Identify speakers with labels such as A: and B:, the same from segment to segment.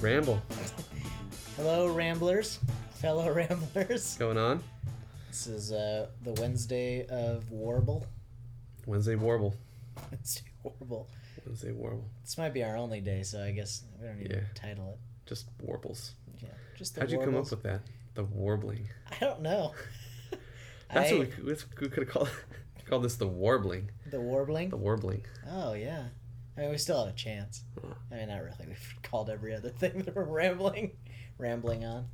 A: Ramble.
B: Hello, Ramblers, fellow Ramblers.
A: Going on?
B: This is uh, the Wednesday of Warble.
A: Wednesday Warble.
B: Wednesday Warble.
A: Wednesday Warble.
B: This might be our only day, so I guess we don't need
A: Yeah.
B: to title it.
A: Just warbles.
B: Yeah, just the
A: How'd you come up
B: Warbles.
A: with that? The warbling.
B: I don't know.
A: That's
B: I-
A: what we, we could have called called this the warbling.
B: the warbling.
A: The warbling.
B: Oh yeah. I mean, we still have a chance. I mean, not really. We've called every other thing that we're rambling, rambling on.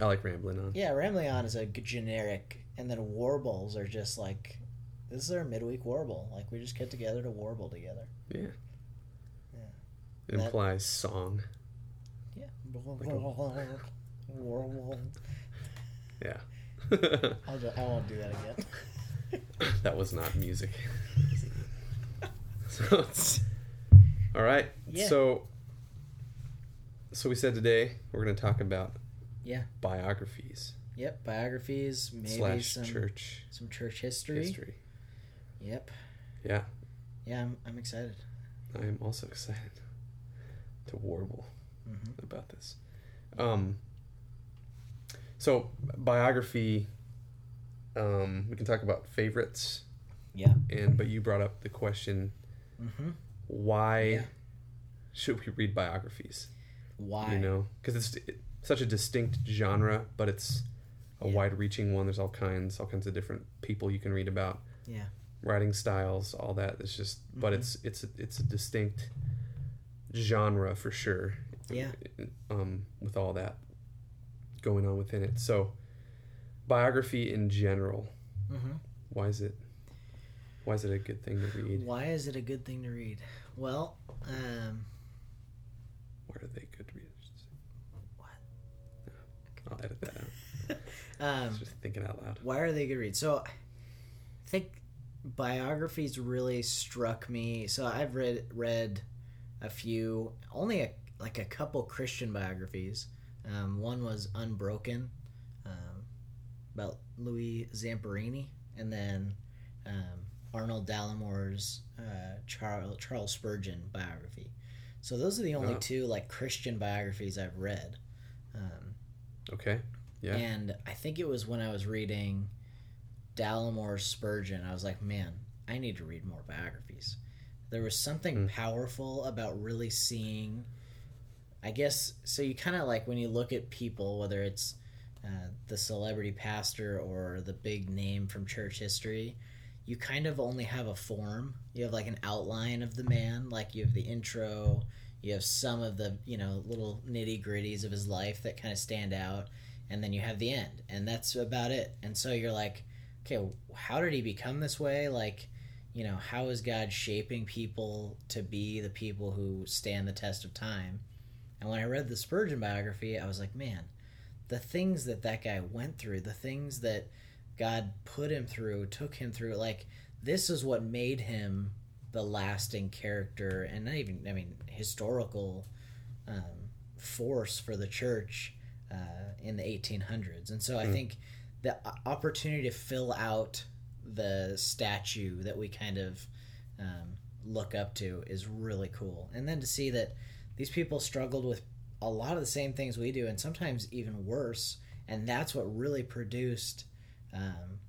A: I like rambling on.
B: Yeah, rambling on is a g- generic, and then warbles are just like, this is our midweek warble. Like we just get together to warble together.
A: Yeah.
B: Yeah.
A: It
B: That-
A: implies song.
B: Yeah.
A: a-
B: Warble.
A: Yeah.
B: I'll ju- I won't do that again.
A: that was not music. so it's all right.
B: Yeah.
A: So so we said today we're going to talk about
B: Yeah.
A: biographies
B: Yep. Biographies, maybe
A: slash
B: some
A: church
B: some church history.
A: history.
B: Yep.
A: Yeah.
B: Yeah, I'm, I'm excited.
A: I am also excited to warble
B: hmm
A: about this. Um, so biography. Um, we can talk about favorites,
B: Yeah.
A: and but you brought up the question:
B: hmm
A: Why
B: Yeah.
A: should we read biographies?
B: Why?
A: You know, because it's it- such a distinct genre, but it's a
B: Yeah.
A: wide-reaching one. There's all kinds, all kinds of different people you can read about.
B: Yeah.
A: Writing styles, all that. It's just, but
B: Mhm.
A: it's it's a, it's a distinct genre for sure.
B: Yeah.
A: Um, with all that going on within it, so biography in general,
B: hmm
A: why is it why is it a good thing to read?
B: Why is it a good thing to read? Well, um,
A: Where are they good readers?
B: What?
A: No, I'll edit that out. I was
B: um,
A: just thinking out loud.
B: why are they good to read? So, I think biographies really struck me. So I've read read a few, only a, like a couple Christian biographies. Um, one was Unbroken, um, about Louis Zamperini, and then um, Arnold Dallimore's uh, Charles Charles Spurgeon biography. So those are the only
A: Oh.
B: two like Christian biographies I've read. Um,
A: Okay. Yeah.
B: and I think it was when I was reading Dallimore Spurgeon, I was like, man, I need to read more biographies. There was something
A: Hmm.
B: powerful about really seeing, I guess, so you kind of like when you look at people, whether it's uh, the celebrity pastor or the big name from church history, you kind of only have a form. You have like an outline of the man, like you have the intro, you have some of the, you know, little nitty gritties of his life that kind of stand out and then you have the end and that's about it and so you're like okay how did he become this way like you know how is god shaping people to be the people who stand the test of time and when i read the spurgeon biography i was like man the things that that guy went through the things that god put him through took him through like this is what made him the lasting character and not even i mean historical um, force for the church uh, in the 1800s. And so I
A: Hmm.
B: think the o- opportunity to fill out the statue that we kind of um, look up to is really cool. And then to see that these people struggled with a lot of the same things we do, and sometimes even worse. And that's what really produced um,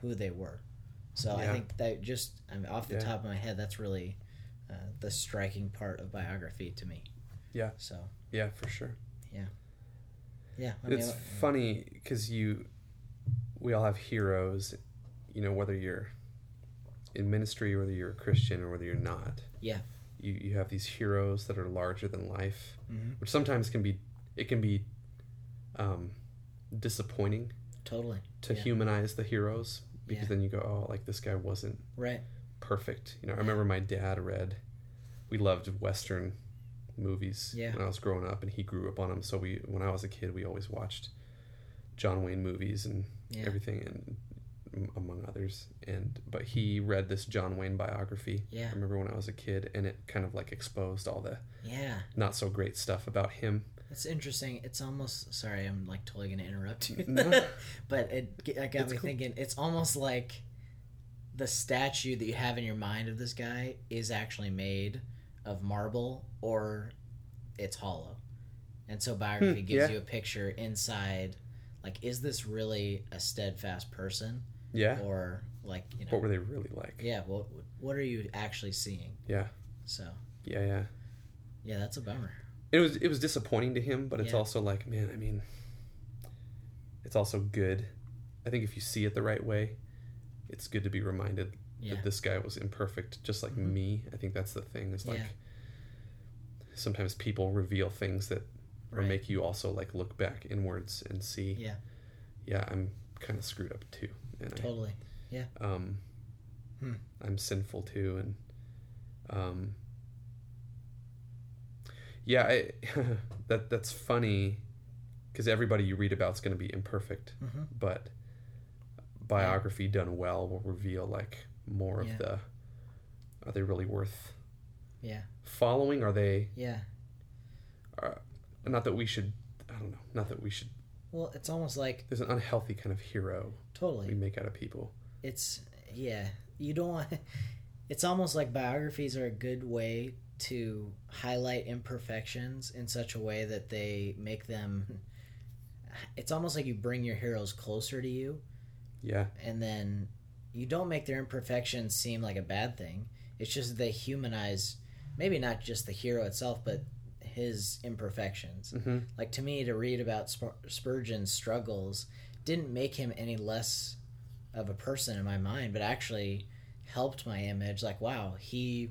B: who they were. So I
A: Yeah.
B: think that just I mean, off the
A: Yeah.
B: top of my head, that's really uh, the striking part of biography to me.
A: Yeah.
B: So
A: Yeah, for sure.
B: yeah, I
A: it's
B: what-
A: funny because you we all have heroes you know whether you're in ministry whether you're a christian or whether you're not
B: Yeah.
A: you, you have these heroes that are larger than life
B: Mhm.
A: which sometimes can be it can be um, disappointing
B: Totally.
A: to
B: Yeah.
A: humanize the heroes because
B: Yeah.
A: then you go oh like this guy wasn't
B: Right.
A: perfect you know i remember my dad read we loved western movies
B: Yeah.
A: when i was growing up and he grew up on them so we when i was a kid we always watched john wayne movies and
B: Yeah.
A: everything and m- among others and but he read this john wayne biography
B: Yeah.
A: i remember when i was a kid and it kind of like exposed all the
B: Yeah.
A: not so great stuff about him
B: That's interesting. It's almost sorry, I'm like totally gonna interrupt you,
A: No.
B: but it, g- it got
A: It's
B: me
A: cool.
B: thinking. It's almost like the statue that you have in your mind of this guy is actually made of marble or it's hollow. And so biography
A: Hmm,
B: gives
A: yeah.
B: you a picture inside, like, is this really a steadfast person,
A: Yeah.
B: or like, you know,
A: What were they really like?
B: Oh, yeah, what what are you actually seeing?
A: Yeah.
B: So
A: Yeah, yeah.
B: yeah, that's a bummer.
A: It was it was disappointing to him, but it's
B: Yeah.
A: also like, man, I mean, it's also good. I think if you see it the right way, it's good to be reminded
B: Yeah,
A: that this guy was imperfect, just like
B: Mhm.
A: me. I think that's the thing. Is like
B: Yeah.
A: sometimes people reveal things that or
B: right.
A: make you also like look back inwards and see,
B: Yeah,
A: yeah, I'm kind of screwed up too, and
B: totally.
A: I, um,
B: Hmm.
A: I'm sinful too, and um, yeah, I, that that's funny because everybody you read about is going to be imperfect,
B: hmm
A: but biography done well will reveal like more
B: Yeah.
A: of the are they really worth
B: Yeah,
A: following? Are they
B: yeah.
A: not that we should? I don't know. Not that we should.
B: Well, it's almost like
A: There's an unhealthy kind of hero we
B: totally.
A: make out of people.
B: It's yeah. You don't want. It's almost like biographies are a good way to highlight imperfections in such a way that they make them. It's almost like you bring your heroes closer to you,
A: Yeah,
B: and then you don't make their imperfections seem like a bad thing. It's just they humanize, maybe not just the hero itself, but his imperfections.
A: hmm
B: like to me to read about Spur- spurgeon's struggles didn't make him any less of a person in my mind but actually helped my image like wow he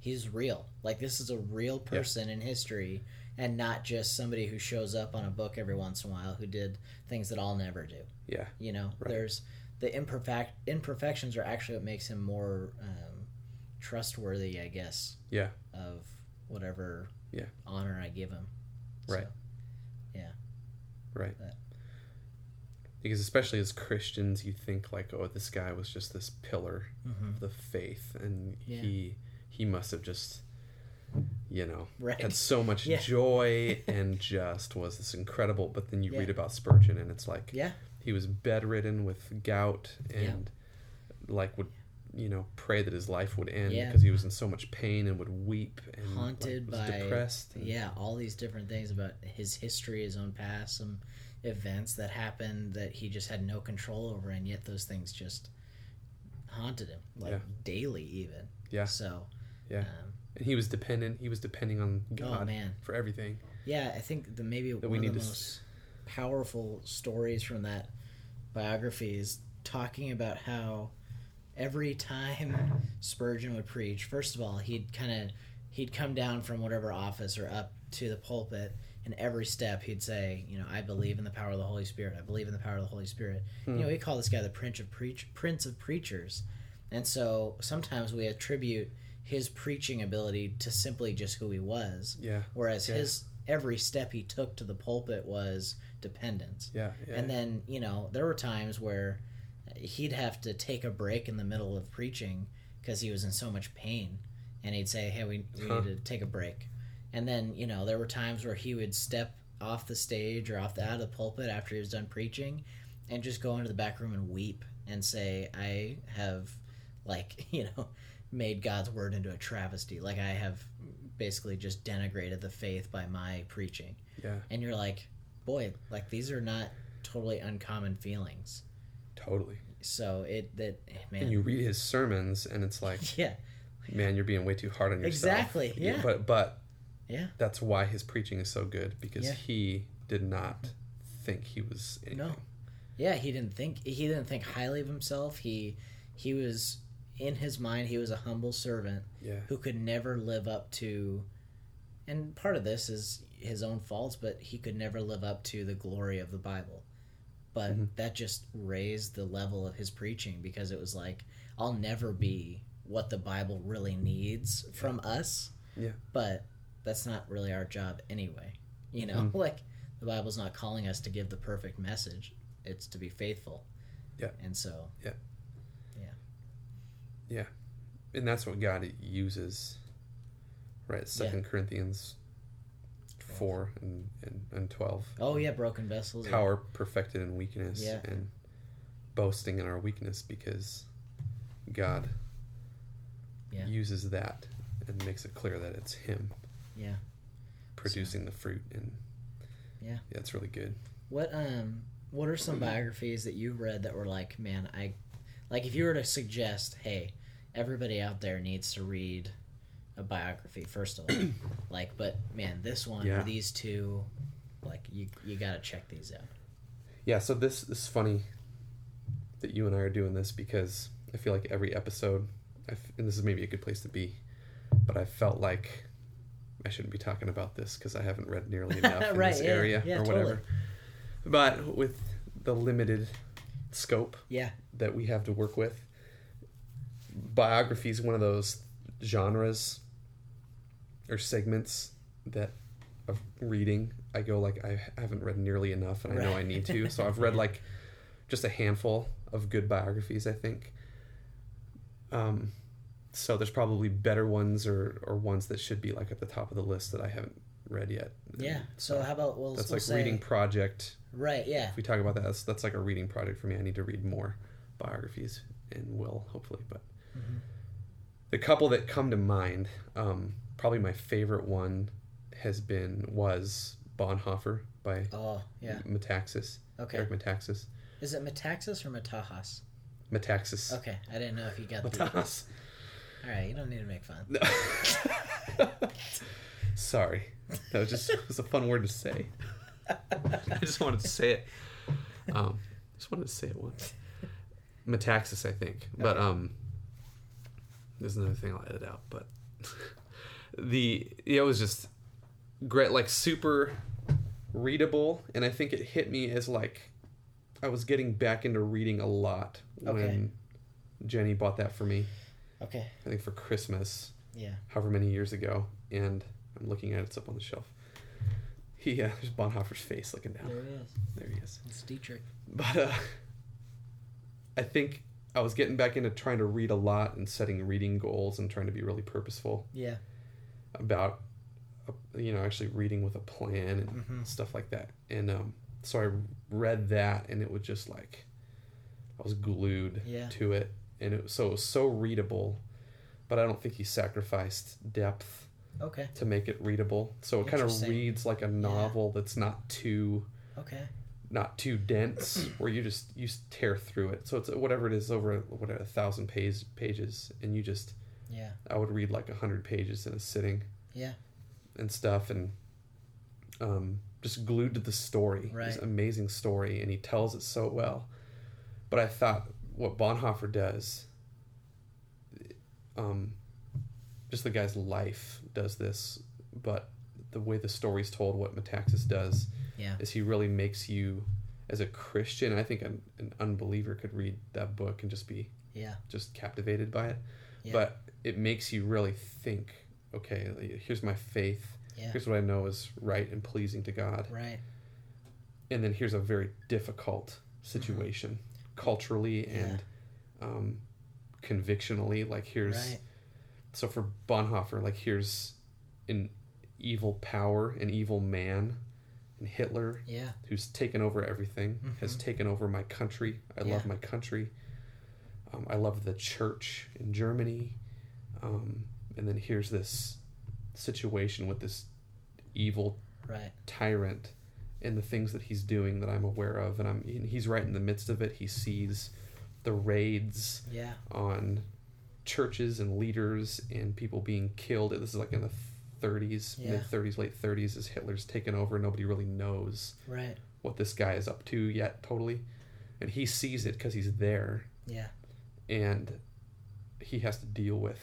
B: he's real like this is a real person in history and not just somebody who shows up on a book every once in a while who did things that i'll never do
A: yeah,
B: you know
A: Right.
B: there's the imperfect imperfections are actually what makes him more um, trustworthy i guess
A: yeah.
B: of whatever
A: Yeah.
B: honor I give him.
A: Right.
B: So,
A: Right.
B: But-
A: Because especially as Christians, you think like, oh, this guy was just this pillar
B: mhm.
A: of the faith, and
B: Yeah.
A: he he must have just, you know,
B: Right.
A: had so much
B: Yeah.
A: joy and just was this incredible. But then you
B: Yeah.
A: read about Spurgeon, and it's like
B: Yeah.
A: he was bedridden with gout, and like would you know pray that his life would end
B: Yeah.
A: because he was in so much pain and would weep and like,
B: Haunted
A: was
B: by-
A: depressed. and-
B: yeah, all these different things about his history, his own past, some events that happened that he just had no control over, and yet those things just haunted him, like
A: Yeah.
B: daily, even.
A: Yeah.
B: So.
A: Yeah.
B: Um,
A: and he was dependent. He was depending on
B: oh
A: God
B: man.
A: for everything.
B: Yeah, I think the maybe
A: That
B: one
A: we
B: of
A: need
B: the
A: to s-
B: most powerful stories from that biography is talking about how every time Spurgeon would preach, first of all, he'd kind of he'd come down from whatever office or up to the pulpit, and every step he'd say, you know, I believe in the power of the Holy Spirit. I believe in the power of the Holy Spirit.
A: Hmm.
B: You know, we call this guy the Prince of Preach Prince of Preachers, and so sometimes we attribute his preaching ability to simply just who he was
A: Yeah,
B: whereas
A: Yeah.
B: his every step he took to the pulpit was dependence.
A: yeah, yeah.
B: And then, you know, there were times where he'd have to take a break in the middle of preaching because he was in so much pain. And he'd say, hey, we, we
A: Huh.
B: need to take a break. And then, you know, there were times where he would step off the stage or off the, out of the pulpit after he was done preaching and just go into the back room and weep and say, I have, like, you know, made God's word into a travesty. Like, I have basically just denigrated the faith by my preaching
A: yeah,
B: and you're like, boy, like these are not totally uncommon feelings.
A: totally.
B: So it that man,
A: And you read his sermons, and it's like,
B: yeah,
A: man, you're being way too hard on yourself.
B: Exactly, yeah.
A: But but
B: Yeah.
A: that's why his preaching is so good because
B: Yeah.
A: he did not think he was anything.
B: No. yeah. He didn't think he didn't think highly of himself. He he was in his mind he was a humble servant
A: Yeah.
B: who could never live up to, and part of this is his own faults, but he could never live up to the glory of the Bible. But
A: Mhm.
B: that just raised the level of his preaching because it was like, I'll never be what the Bible really needs from us.
A: Yeah.
B: But that's not really our job anyway. You know,
A: Mhm.
B: like the Bible's not calling us to give the perfect message, it's to be faithful.
A: Yeah.
B: And so,
A: And that's what God uses, right? Second Corinthians four and, and, and twelve.
B: oh, yeah, broken vessels. are-
A: Power perfected in weakness
B: Yeah.
A: and boasting in our weakness because God
B: Yeah.
A: uses that and makes it clear that it's him
B: Yeah.
A: producing the fruit and
B: Yeah.
A: Yeah, it's really good.
B: What um what are some biographies that you've read that were like, man, I like if you were to suggest, hey, everybody out there needs to read a biography first of all. like, but man, this one
A: Yeah.
B: or these two like you you got to check these out.
A: Yeah, so this, this is funny that you and I are doing this because I feel like every episode, I f and this is maybe a good place to be, but I felt like I shouldn't be talking about this because I haven't read nearly enough in
B: Right,
A: this
B: yeah,
A: area
B: yeah,
A: or
B: totally.
A: whatever. But with the limited scope
B: Yeah.
A: that we have to work with, biography is one of those genres or segments that of reading I go like I haven't read nearly enough and I know I need to. So I've read like just a handful of good biographies, I think. Um, so there's probably better ones or or ones that should be like at the top of the list that I haven't read yet.
B: Yeah. So how about we'll,
A: That's
B: we'll
A: like
B: say
A: reading project
B: right, yeah.
A: if we talk about that, that's, that's like a reading project for me. I need to read more biographies and will hopefully. But
B: Mm-hmm.
A: the couple that come to mind, um, probably my favorite one has been was Bonhoeffer by
B: Oh, yeah.
A: Metaxas,
B: Okay.
A: Eric Metaxas,
B: Is it Metaxas or Matahas?
A: Metaxas,
B: Okay, I didn't know if you got the. All
A: Metaxas.
B: right, you don't need to make fun.
A: No. Sorry, that was just it was a fun word to say. I just wanted to say it. Um, just wanted to say it once. Metaxas, I think, but um, there's another thing I'll edit out. But the it was just great, like super readable, and I think it hit me as like I was getting back into reading a lot when
B: Okay.
A: Jenny bought that for me.
B: Okay,
A: I think for Christmas
B: yeah.
A: however many years ago, and I'm looking at it, it's up on the shelf. He, uh, there's Bonhoeffer's face looking down.
B: There it is.
A: There he is.
B: It's Dietrich.
A: But uh, I think I was getting back into trying to read a lot and setting reading goals and trying to be really purposeful
B: Yeah.
A: about, uh, you know, actually reading with a plan and
B: Mhm.
A: stuff like that. And um, so I read that, and it was just like I was glued
B: Yeah.
A: to it, and it was, so it was so readable. But I don't think he sacrificed depth
B: Okay.
A: to make it readable. So it kind of
B: Interesting.
A: reads like a novel that's not too
B: Okay.
A: not too dense, where you just you s- tear through it. So it's whatever it is over what a thousand page pages, and you just
B: Yeah.
A: I would read like a hundred pages in a sitting
B: Yeah.
A: and stuff, and um, just glued to the story.
B: Right.
A: This amazing story, and he tells it so well. But I thought what Bonhoeffer does, um, just the guy's life does this, but the way the story's told, what Metaxas does,
B: Yeah.
A: is he really makes you, as a Christian, I think an, an unbeliever could read that book and just be
B: Yeah.
A: just captivated by it.
B: Yeah.
A: But it makes you really think. Okay, like, here's my faith.
B: Yeah.
A: Here's what I know is right and pleasing to God.
B: Right.
A: And then here's a very difficult situation
B: Mm-hmm.
A: culturally and um, convictionally. Like here's
B: Right.
A: so for Bonhoeffer, like here's an evil power, an evil man, and Hitler
B: Yeah.
A: who's taken over everything, has taken over my country. I love
B: Mm-hmm. Yeah.
A: my country. Um, I love the church in Germany. Um, and then here's this situation with this evil
B: Right.
A: tyrant and the things that he's doing that I'm aware of. And, I'm, and he's right in the midst of it. He sees the raids
B: Yeah.
A: on churches and leaders and people being killed. This is like in the 30s,
B: Yeah.
A: mid 30s, late 30s, as Hitler's taken over. Nobody really knows
B: Right.
A: what this guy is up to yet totally and he sees it because he's there
B: Yeah.
A: and he has to deal with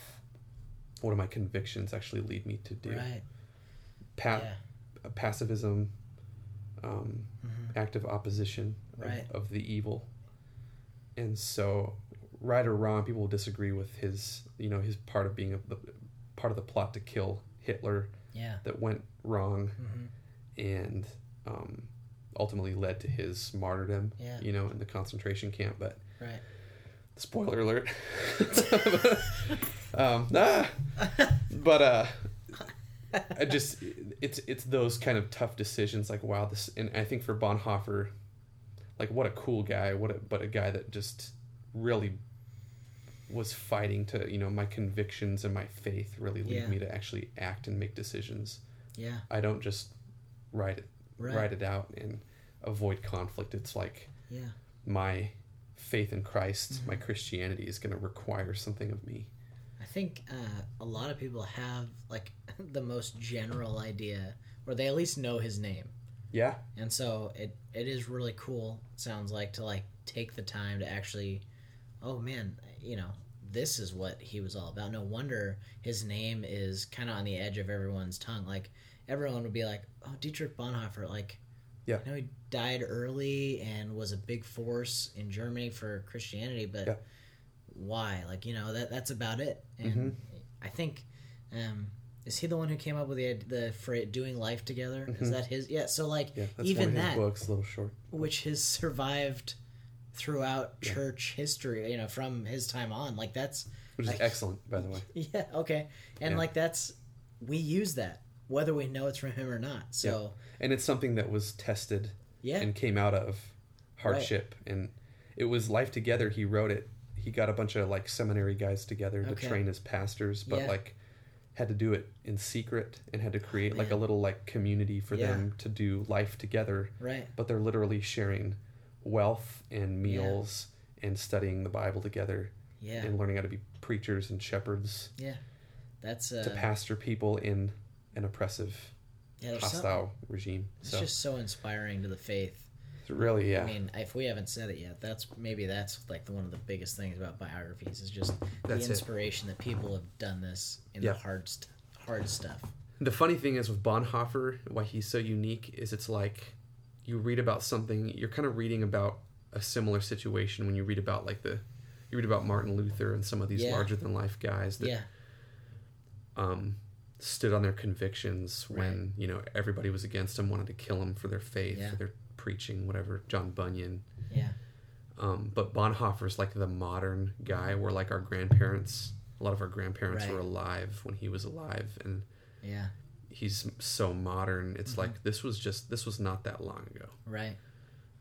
A: what do my convictions actually lead me to do
B: Right.
A: Pa-
B: yeah.
A: pacifism um,
B: Mhm.
A: active opposition of,
B: Right.
A: of the evil and so right or wrong people will disagree with his you know his part of being a, the part of the plot to kill hitler
B: Yeah.
A: that went wrong
B: hmm
A: and um, ultimately led to his martyrdom
B: Yeah.
A: you know, in the concentration camp. But
B: Right.
A: spoiler alert. um, ah, but uh, I just it's it's those kind of tough decisions. Like wow, this and I think for Bonhoeffer, like what a cool guy. What a, but a guy that just really was fighting to you know my convictions and my faith really lead
B: Yeah.
A: me to actually act and make decisions.
B: Yeah.
A: I don't just write it
B: Right.
A: ride it out and avoid conflict. It's like
B: Yeah.
A: my faith in Christ, my Christianity is going to require something of me.
B: I think uh, a lot of people have like the most general idea, or they at least know his name.
A: Yeah.
B: And so it it is really cool. it Sounds like to like take the time to actually, oh man, you know this is what he was all about. No wonder his name is kind of on the edge of everyone's tongue. Like everyone would be like, oh Dietrich Bonhoeffer, like.
A: Yeah.
B: You know, he died early and was a big force in Germany for Christianity, but
A: Yeah.
B: why? Like, you know, that that's about it. And
A: Mhm.
B: I think um is he the one who came up with the the phrase doing life together? Is
A: Mhm.
B: that his? Yeah, so like
A: Yeah. That's
B: Even
A: one of his
B: that-
A: books, a little short.
B: which has survived throughout church history, you know, from his time on. Like that's
A: Which is
B: Like-
A: excellent, by the way.
B: yeah, okay. And
A: Yeah.
B: like that's we use that whether we know it's from him or not. So,
A: And it's something that was tested
B: yeah.
A: and came out of hardship and it was life together he wrote it he got a bunch of like seminary guys together
B: Okay.
A: to train as pastors but
B: Yeah. Oh,
A: like had to do it in secret and had to create like a
B: man.
A: little like community for
B: Yeah.
A: them to do life together
B: right.
A: but they're literally sharing wealth and meals and studying the bible together
B: Yeah.
A: and learning how to be preachers and shepherds
B: That's uh
A: to pastor people in an oppressive
B: yeah, there's something-
A: hostile regime
B: It's
A: so
B: just so inspiring to the faith.
A: it's really yeah
B: I mean, if we haven't said it yet, that's maybe that's like the, one of the biggest things about biographies is just
A: That's
B: the
A: it.
B: inspiration that people have done this in
A: Yeah.
B: the hard st- hard stuff.
A: The funny thing is with Bonhoeffer, why he's so unique is it's like you read about something, you're kind of reading about a similar situation when you read about like the you read about Martin Luther and some of these
B: Yeah.
A: larger than life guys that
B: Yeah,
A: um, stood on their convictions when you know everybody was against them, wanted to kill them for their faith,
B: Yeah.
A: for their preaching, whatever. John Bunyan,
B: yeah,
A: um, but Bonhoeffer's like the modern guy, where like our grandparents, a lot of our grandparents
B: Right.
A: were alive when he was alive, and
B: yeah.
A: he's so modern.
B: Mm-hmm.
A: It's like this was just this was not that long ago.
B: Right.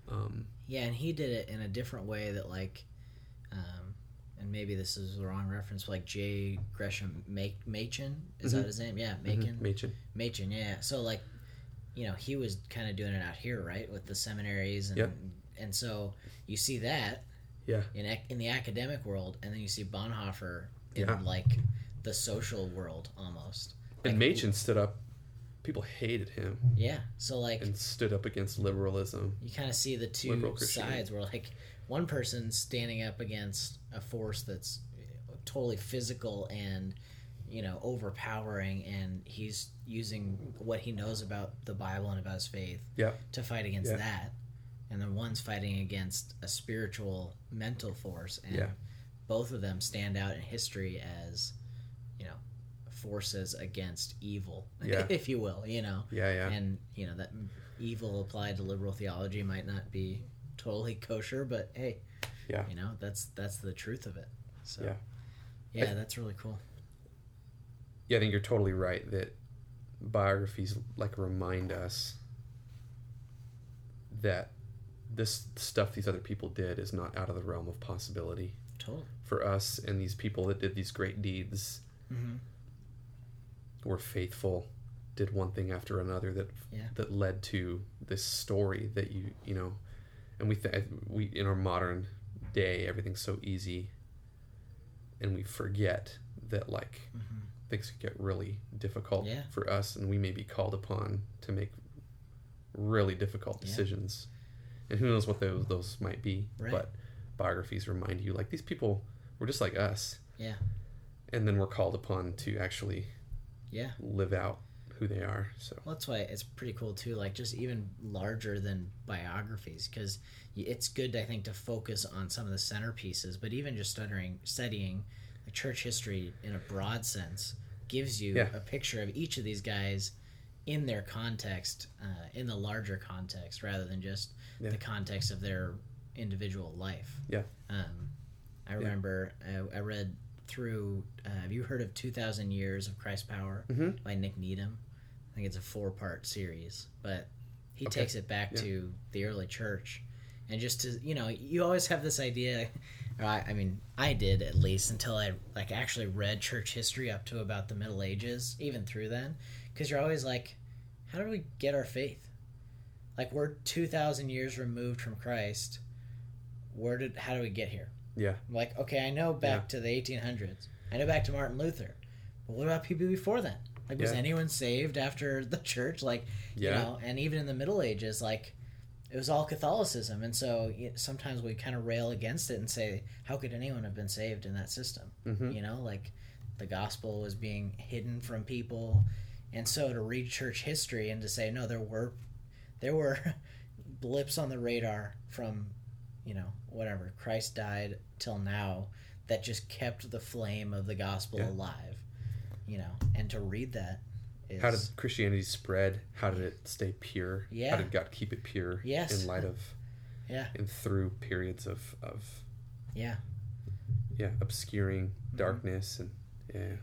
A: Um,
B: Yeah, and he did it in a different way that like, um, and maybe this is the wrong reference. Like J. Gresham Make Machen is
A: Mhm.
B: that his name? Yeah, Machen.
A: mhm, Machen.
B: Machen, yeah. So like, you know, he was kind of doing it out here, right, with the seminaries, and
A: Yep.
B: and so you see that,
A: Yeah.
B: in ac- in the academic world, and then you see Bonhoeffer in
A: Yeah.
B: like the social world almost.
A: And
B: Like,
A: Machen stood up. People hated him
B: Yeah, so like
A: and stood up against liberalism.
B: you kind of see the
A: Liberal
B: two
A: Christianity.
B: sides where like one person's standing up against a force that's uh, totally physical and you know overpowering and he's using what he knows about the bible and about his faith
A: Yeah.
B: to fight against
A: Yeah.
B: that and then one's fighting against a spiritual mental force and
A: Yeah.
B: both of them stand out in history as you know forces against evil
A: Yeah.
B: if you will you know
A: Yeah, yeah,
B: and you know that evil applied to liberal theology might not be totally kosher but hey
A: Yeah.
B: you know that's that's the truth of it so
A: Yeah.
B: yeah that's really cool
A: yeah. I think you're totally right that biographies like remind us that this stuff these other people did is not out of the realm of possibility
B: totally
A: for us and these people that did these great deeds
B: mm-hmm.
A: were faithful, did one thing after another that
B: Yeah.
A: that led to this story that you you know, and we th- we in our modern day everything's so easy, and we forget that like
B: Mm-hmm.
A: things could get really difficult
B: Yeah.
A: for us, and we may be called upon to make really difficult
B: Yeah.
A: decisions, and who knows what those those might be,
B: Right.
A: but biographies remind you like these people were just like us.
B: Yeah.
A: And then we're called upon to actually
B: yeah
A: live out who they are. So
B: well, that's why it's pretty cool too like just even larger than biographies because it's good i think to focus on some of the centerpieces but even just stuttering studying like, church history in a broad sense gives you
A: Yeah.
B: a picture of each of these guys in their context uh, in the larger context rather than just
A: Yeah.
B: the context of their individual life
A: Yeah.
B: um, i remember uh, I, I read through uh, have you heard of 2000 years of christ power
A: Mhm.
B: by nick needham I think it's a four part series, but he
A: Okay.
B: takes it back
A: Yeah.
B: to the early church. And just to, you know, you always have this idea. or I, I mean, I did at least until I like actually read church history up to about the Middle Ages, even through then, because you're always like, how do we get our faith? like we're 2000 years removed from Christ. Where did how do we get here?
A: Yeah.
B: I'm like, okay, I know back to the 1800s. I know back to Martin Luther. But what about people before then? Like was
A: Yeah.
B: anyone saved after the church like,
A: Yeah.
B: you know, and even in the Middle Ages like it was all Catholicism, and so y- sometimes we kind of rail against it and say, "How could anyone have been saved in that system?"
A: hmm
B: you know like the gospel was being hidden from people and so to read church history and to say no there were there were blips on the radar from you know whatever christ died till now that just kept the flame of the gospel
A: Yeah.
B: alive you know and to read that is
A: How did Christianity spread? How did it stay pure?
B: Yeah.
A: How did God keep it pure?
B: Yes.
A: In light of
B: Yeah.
A: and through periods of of
B: yeah Mm-hmm.
A: yeah obscuring darkness and yeah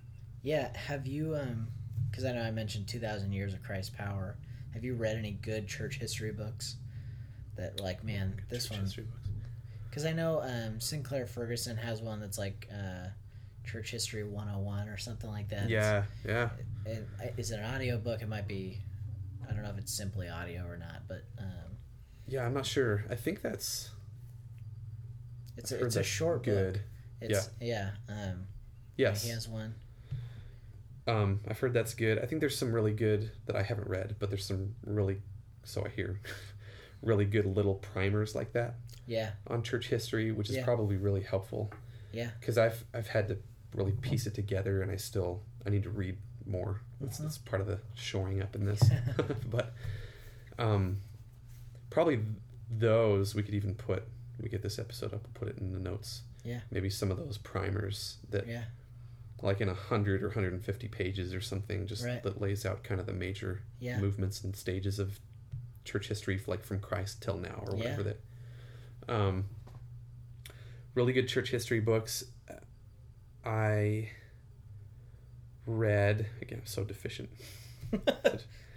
B: yeah have you um because i know i mentioned 2000 years of christ's power have you read any good church history books that like man this
A: Church
B: one
A: history books.
B: Because I know um, Sinclair Ferguson has one that's like uh, Church History 101 or something like that.
A: Yeah. Yeah.
B: It's, it, it- is it an audiobook? It might be. I don't know if it's simply audio or not, but um,
A: Yeah. I'm not sure. I think that's
B: it's,
A: I've
B: a,
A: heard
B: it's a
A: that's
B: short
A: good.
B: book. It's, yeah. Um,
A: Yes.
B: He has one.
A: Um, I've heard that's good. I think there's some really good that I haven't read, but there's some really, so I hear, really good little primers like that
B: Yeah.
A: on church history, which is
B: Yeah.
A: probably really helpful.
B: Yeah.
A: Because I've I've had to really piece it together, and I still I need to read more. That's,
B: Mhm.
A: that's part of the shoring up in this. but, um, probably those we could even put. We get this episode up. We'll put it in the notes.
B: Yeah.
A: Maybe some of those primers that
B: Yeah.
A: like in 100 or 150 pages or something just
B: Right.
A: that lays out kind of the major
B: Yeah.
A: movements and stages of church history like from christ till now or
B: Yeah.
A: whatever that um, really good church history books i read again i'm so deficient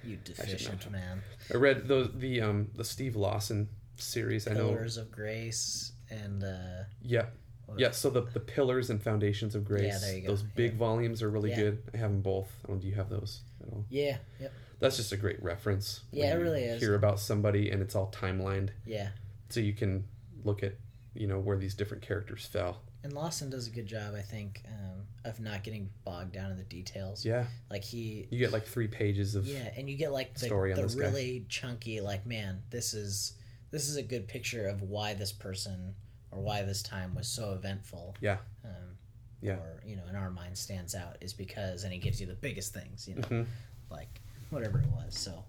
B: you deficient
A: know.
B: man.
A: i read those the um the steve lawson series i know
B: Pillars of Grace and. Uh,
A: yeah
B: what-
A: yeah so the, the pillars and foundations of grace
B: there you go,
A: those big
B: yeah.
A: volumes are really
B: Yeah.
A: good i have them both i don't do you have those at all
B: Yeah. Yep.
A: that's just a great reference. when
B: Yeah, it
A: you
B: really is.
A: Hear about somebody and it's all timelined,
B: Yeah.
A: so you can look at you know where these different characters fell.
B: And Lawson does a good job, I think, um, of not getting bogged down in the details.
A: Yeah,
B: Like he
A: you get like three pages of
B: yeah and you get like the,
A: story on
B: the
A: this guy.
B: really chunky like man this is this is a good picture of why this person or why this time was so eventful
A: Yeah.
B: um,
A: Yeah.
B: or you know in our mind stands out is because and he gives you the biggest things you know
A: Mhm.
B: like whatever it was so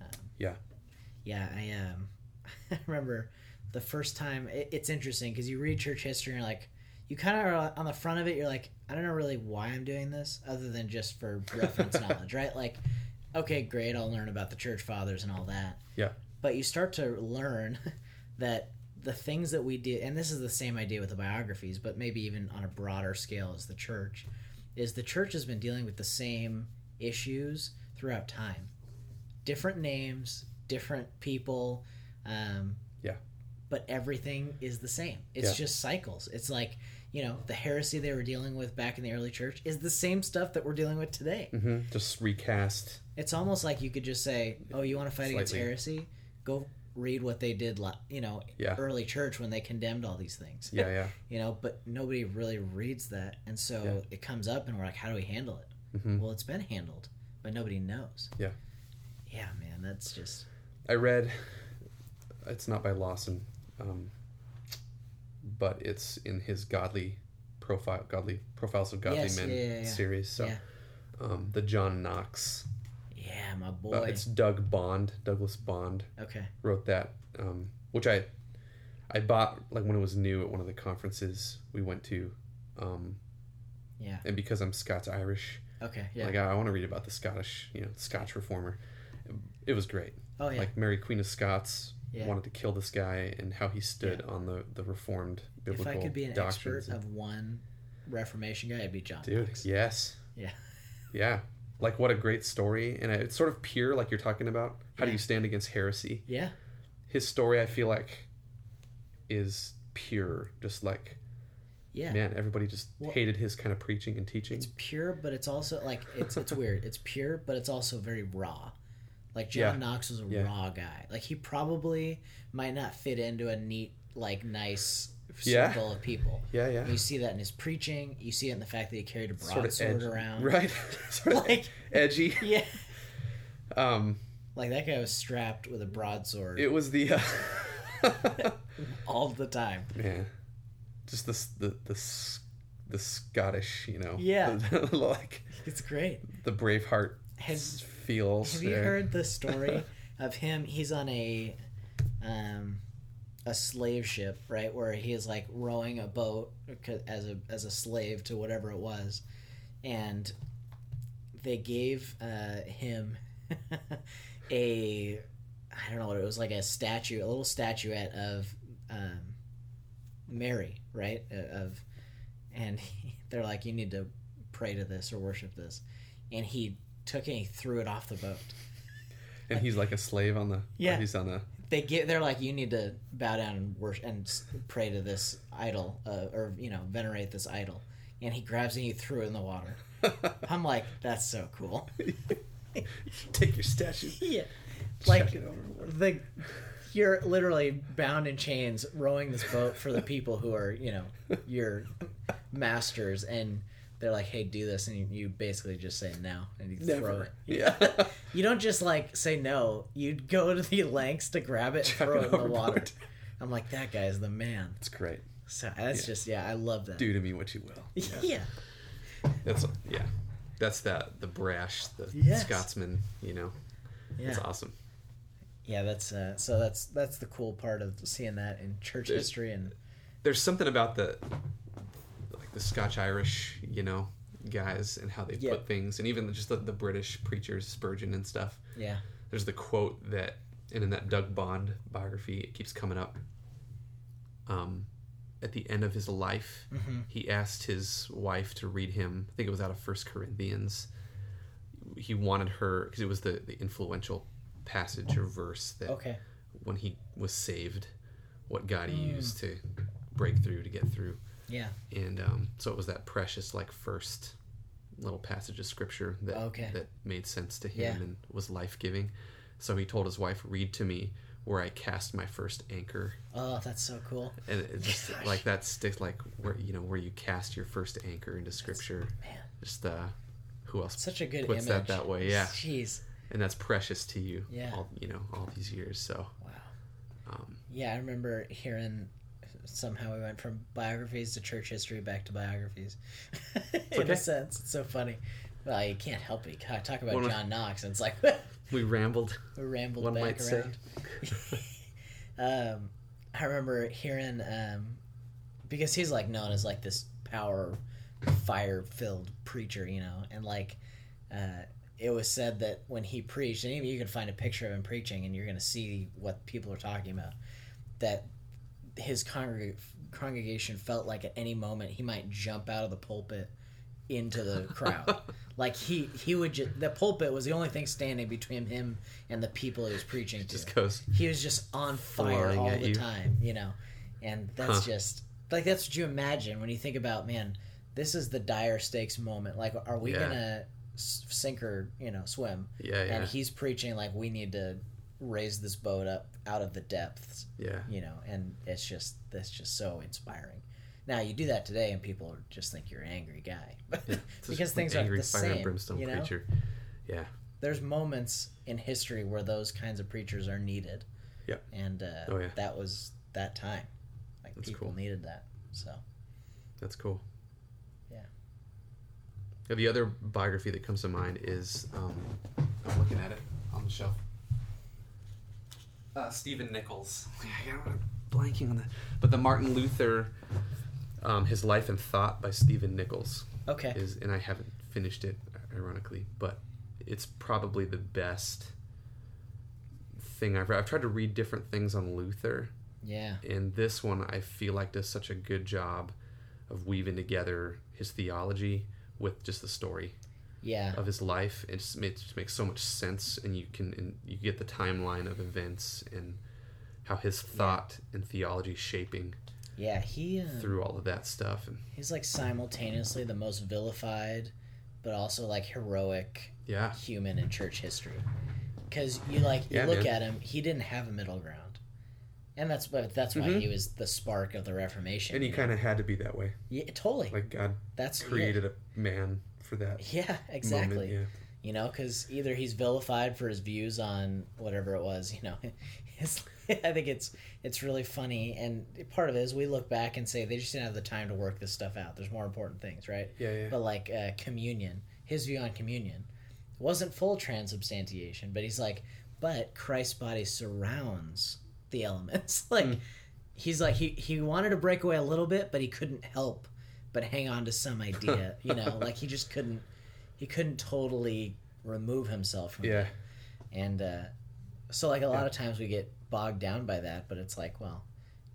B: um,
A: Yeah.
B: yeah i um i remember the first time it, it's interesting because you read church history and you're like you kind of are on the front of it you're like i don't know really why i'm doing this other than just for reference knowledge right like okay great i'll learn about the church fathers and all that
A: Yeah.
B: but you start to learn that the things that we did and this is the same idea with the biographies but maybe even on a broader scale as the church is the church has been dealing with the same issues throughout time different names different people um,
A: Yeah.
B: but everything is the same it's
A: Yeah.
B: just cycles it's like you know the heresy they were dealing with back in the early church is the same stuff that we're dealing with today
A: hmm just recast.
B: it's almost like you could just say, "Oh, you want to fight against
A: Slightly.
B: heresy? Go read what they did, la- you know,
A: Yeah.
B: early church when they condemned all these things."
A: Yeah, yeah.
B: you know, but nobody really reads that, and so
A: Yeah.
B: it comes up, and we're like, "How do we handle it?"
A: hmm
B: Well, it's been handled, but nobody knows.
A: Yeah.
B: yeah, man, that's just
A: I read. It's not by Lawson, um, but it's in his godly profile, godly profiles of godly
B: Yes,
A: men
B: yeah, yeah, yeah.
A: series. So,
B: Yeah.
A: um, the John Knox.
B: yeah, my
A: Uh,
B: boy.
A: it's Doug Bond, Douglas Bond.
B: okay,
A: wrote that, um, which I I bought like when it was new at one of the conferences we went to, um,
B: yeah,
A: and because I'm Scots Irish,
B: okay, yeah.
A: like I, want to read about the Scottish, you know, Scotch reformer. It was great.
B: oh yeah,
A: Like Mary Queen of Scots
B: Yeah.
A: wanted to kill this guy and how he stood on the the Reformed
B: if
A: biblical
B: I could be an
A: doctrines.
B: expert of one Reformation guy, I'd be John.
A: Dude,
B: Knox.
A: yes,
B: Yeah.
A: yeah. Like what a great story, and it's sort of pure, like you're talking about. How do
B: Yeah.
A: you stand against heresy?
B: yeah,
A: his story I feel like is pure. Just like
B: yeah.
A: man, everybody just
B: Well-
A: hated his kind of preaching and teaching.
B: it's pure but it's also like it's it's weird it's pure but it's also very raw Like John
A: Yeah.
B: Knox was a
A: Yeah.
B: raw guy. Like he probably might not fit into a neat, like nice
A: Yeah.
B: circle of people.
A: Yeah, yeah.
B: You see that in his preaching. You see it in the fact that he carried a
A: Sort
B: broadsword
A: of edgy,
B: around.
A: right? sort of
B: Like-
A: edgy.
B: Yeah.
A: Um,
B: Like that guy was strapped with a broadsword
A: it was the uh,
B: all the time.
A: yeah, just the s- the the s- the Scottish, you know,
B: Yeah.
A: the, like
B: It's great.
A: the Braveheart
B: Has-
A: feels.
B: Have you
A: there.
B: heard the story of him? He's on a um, a slave ship, right, where he is like rowing a boat c- as a as a slave to whatever it was, and they gave uh, him a I don't know what it was like a statue, a little statuette of um, Mary, right? Uh, Of and he, they're like, you need to pray to this or worship this, and he took it and he threw it off the boat.
A: and he's like a slave on the. or
B: Yeah.
A: he's on a.
B: They get, they're like, you need to bow down and worship and s- pray to this idol, uh, or you know, venerate this idol. And he grabs it and he threw it in the water. I'm like, that's so cool.
A: Take your statue.
B: yeah, like
A: check it over.
B: the you're literally bound in chains, rowing this boat for the people who are you know your masters, and they're like, hey, do this, and you, you basically just say no and you throw it.
A: Yeah.
B: You don't just like say no. You'd go to the lengths to grab it, and
A: Chuck
B: throw
A: it
B: it in the
A: overboard.
B: water. I'm like, that guy's the man.
A: it's great.
B: So that's
A: Yeah.
B: just yeah, I love that.
A: Do to me what you will.
B: yeah.
A: That's yeah. That's that the brash, the
B: Yes.
A: Scotsman. You know,
B: yeah,
A: it's awesome.
B: yeah. That's uh, so that's that's the cool part of seeing that in church
A: There's-
B: history and
A: There's something about the like the Scotch Irish, you know, guys and how they
B: Yeah.
A: put things, and even just the, the British preachers, Spurgeon and stuff.
B: yeah,
A: There's the quote that, and in that Doug Bond biography, it keeps coming up. Um, at the end of his life, he asked his wife to read him. I think it was out of First Corinthians. He wanted her because it was the, the influential passage or verse that
B: okay,
A: when he was saved, what God he used to break through to get through,
B: yeah,
A: and um, so it was that precious like first little passage of scripture that
B: Okay.
A: that made sense to him
B: Yeah.
A: and was life giving. So he told his wife, "Read to me where I cast my first anchor,"
B: oh, that's so cool,
A: and it just
B: Oh Gosh.
A: like that sticks like where you know where you cast your first anchor into scripture.
B: man.
A: Just uh, who else?
B: Such a good
A: Puts that
B: image.
A: that way, yeah.
B: Jeez,
A: And that's precious to you.
B: Yeah.
A: All, you know, all these years. So
B: wow.
A: um,
B: Yeah, I remember hearing. Somehow we went from biographies to church history back to biographies. In
A: okay.
B: a sense, it's so funny. Well, you can't help it. God, talk about
A: One of-
B: John Knox, and it's like
A: we rambled.
B: we rambled
A: One
B: back
A: might say.
B: around. um, I remember hearing um, because he's like known as like this power, fire filled preacher, you know, and like uh, it was said that when he preached, and even you can find a picture of him preaching, and you're gonna see what people are talking about. That his congreg- congregation felt like at any moment he might jump out of the pulpit into the crowd. like he he would just the pulpit was the only thing standing between him and the people he was preaching to
A: Just goes.
B: he was just on fire
A: Flying
B: all
A: at
B: the
A: you.
B: time, you know. And that's
A: Huh.
B: just like that's what you imagine when you think about, man, this is the dire stakes moment. Like, are we
A: Yeah.
B: gonna s- sink or you know swim?
A: Yeah, yeah,
B: And he's preaching like we need to raise this boat up out of the depths,
A: yeah.
B: you know. And it's just that's just so inspiring. Now you do that today, and people just think you're an angry guy,
A: It's just
B: because
A: an
B: things aren't
A: angry
B: the
A: fire and
B: same.
A: brimstone
B: you know,
A: preacher. Yeah,
B: there's moments in history where those kinds of preachers are needed.
A: Yep.
B: And uh,
A: Oh, yeah.
B: that was that time. Like
A: That's
B: people
A: cool.
B: needed that. So
A: that's cool.
B: Yeah.
A: Now, The other biography that comes to mind is um, I'm looking at it on the shelf. Uh, Stephen Nichols. Yeah, I'm blanking on that. But the Martin Luther, um, his life and thought by Stephen Nichols
B: okay,
A: is, and I haven't finished it, ironically, but it's probably the best thing I've read. I've tried to read different things on Luther.
B: yeah,
A: and this one I feel like does such a good job of weaving together his theology with just the story
B: yeah,
A: of his life. It just makes, just makes so much sense, and you can and you get the timeline of events and how his thought and theology shaping
B: yeah. He uh,
A: through all of that stuff. And
B: he's like simultaneously the most vilified, but also like heroic
A: yeah,
B: human in church history. because you like you
A: Yeah,
B: look
A: man.
B: at him, he didn't have a middle ground, and that's but that's why
A: Mhm.
B: he was the spark of the Reformation.
A: And he
B: know?
A: kind of had to be that way.
B: yeah, totally
A: Like God
B: that's created.
A: created a man for that
B: Yeah, exactly.
A: moment. Yeah.
B: You know, because either he's vilified for his views on whatever it was. You know, his, I think it's it's really funny, and part of it is we look back and say they just didn't have the time to work this stuff out. There's more important things, right?
A: Yeah, yeah.
B: But like uh, communion, his view on communion wasn't full transubstantiation, but he's like, but Christ's body surrounds the elements. like
A: Mm.
B: he's like he he wanted to break away a little bit, but he couldn't help but hang on to some idea. you know, like he just couldn't he couldn't totally remove himself from
A: yeah.
B: it. And uh, so like a lot of times we get bogged down by that, but it's like, well,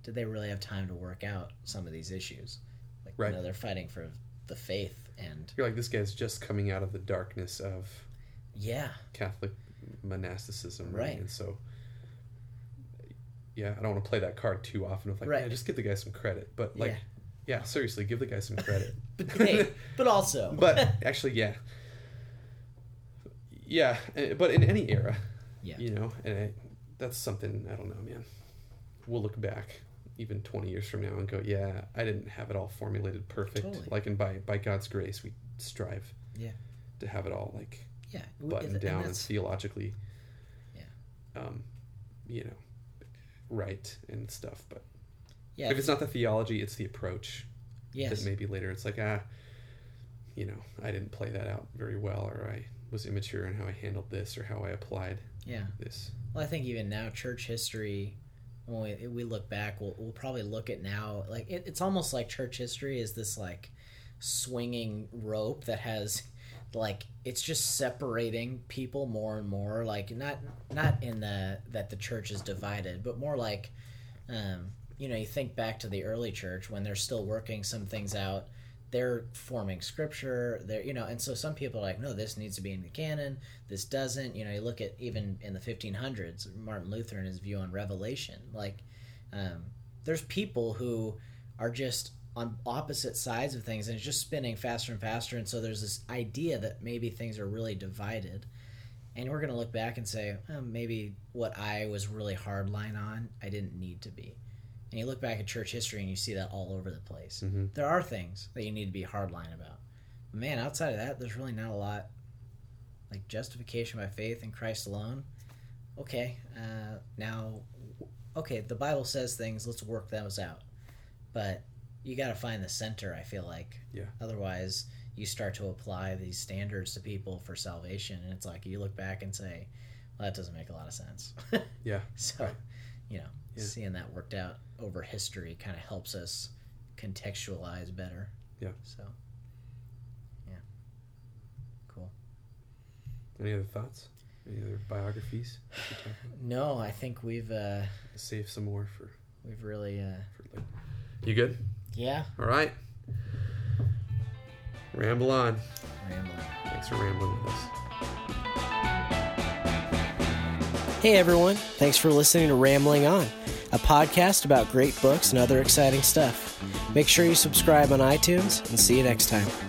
B: did they really have time to work out some of these issues? Like
A: Right.
B: you know, they're fighting for the faith and
A: You're like, this guy's just coming out of the darkness of
B: yeah,
A: Catholic monasticism, right?
B: Right.
A: And so, yeah, I don't want to play that card too often of like,
B: Right.
A: yeah, just give the guy some credit. But like,
B: Yeah.
A: yeah, seriously, give the guy some credit.
B: but hey, but also
A: but actually, yeah, yeah, eh, but in any era,
B: Yeah.
A: you know, and I, that's something I don't know, man. We'll look back even 20 years from now and go, yeah, I didn't have it all formulated perfect.
B: Totally.
A: Like, and by by God's grace, we strive,
B: Yeah.
A: to have it all like
B: yeah, we-
A: buttoned
B: and
A: down and
B: that's-
A: theologically,
B: Yeah.
A: um, you know, right and stuff. But
B: yeah,
A: if it's not the theology, it's the approach
B: yes,
A: that maybe later it's like ah you know i didn't play that out very well or i was immature in how i handled this or how i applied
B: yeah.
A: this
B: Well, I think even now, church history, when we, we look back, we'll, we'll probably look at now, like, it, it's almost like church history is this, like, swinging rope that has, like, it's just separating people more and more. Like, not, not in the, that the church is divided, but more like, um, you know, you think back to the early church when they're still working some things out. They're forming scripture. They're you know, and so some people are like, no, this needs to be in the canon. This doesn't. You know, you look at even in the 1500s, Martin Luther and his view on Revelation. Like, um, there's people who are just on opposite sides of things, and it's just spinning faster and faster. And so there's this idea that maybe things are really divided and we're going to look back and say oh, maybe what i was really hardline on i didn't need to be and you look back at church history and you see that all over the place
A: Mhm.
B: there are things that you need to be hardline about but man outside of that there's really not a lot like justification by faith in christ alone okay uh, now okay the bible says things let's work those out but you got to find the center i feel like
A: Yeah.
B: otherwise you start to apply these standards to people for salvation and it's like you look back and say well that doesn't make a lot of sense
A: Yeah,
B: so
A: right.
B: you know
A: Yeah.
B: seeing that worked out over history kind of helps us contextualize better
A: Yeah.
B: so yeah cool
A: any other thoughts any other biographies we should talk about?
B: no i think we've uh
A: save some more for,
B: we've really uh
A: for like you good
B: yeah
A: all right ramble on
B: rambling
A: thanks for rambling with us
B: Hey everyone, thanks for listening to Rambling On, a podcast about great books and other exciting stuff. Make sure you subscribe on iTunes and see you next time.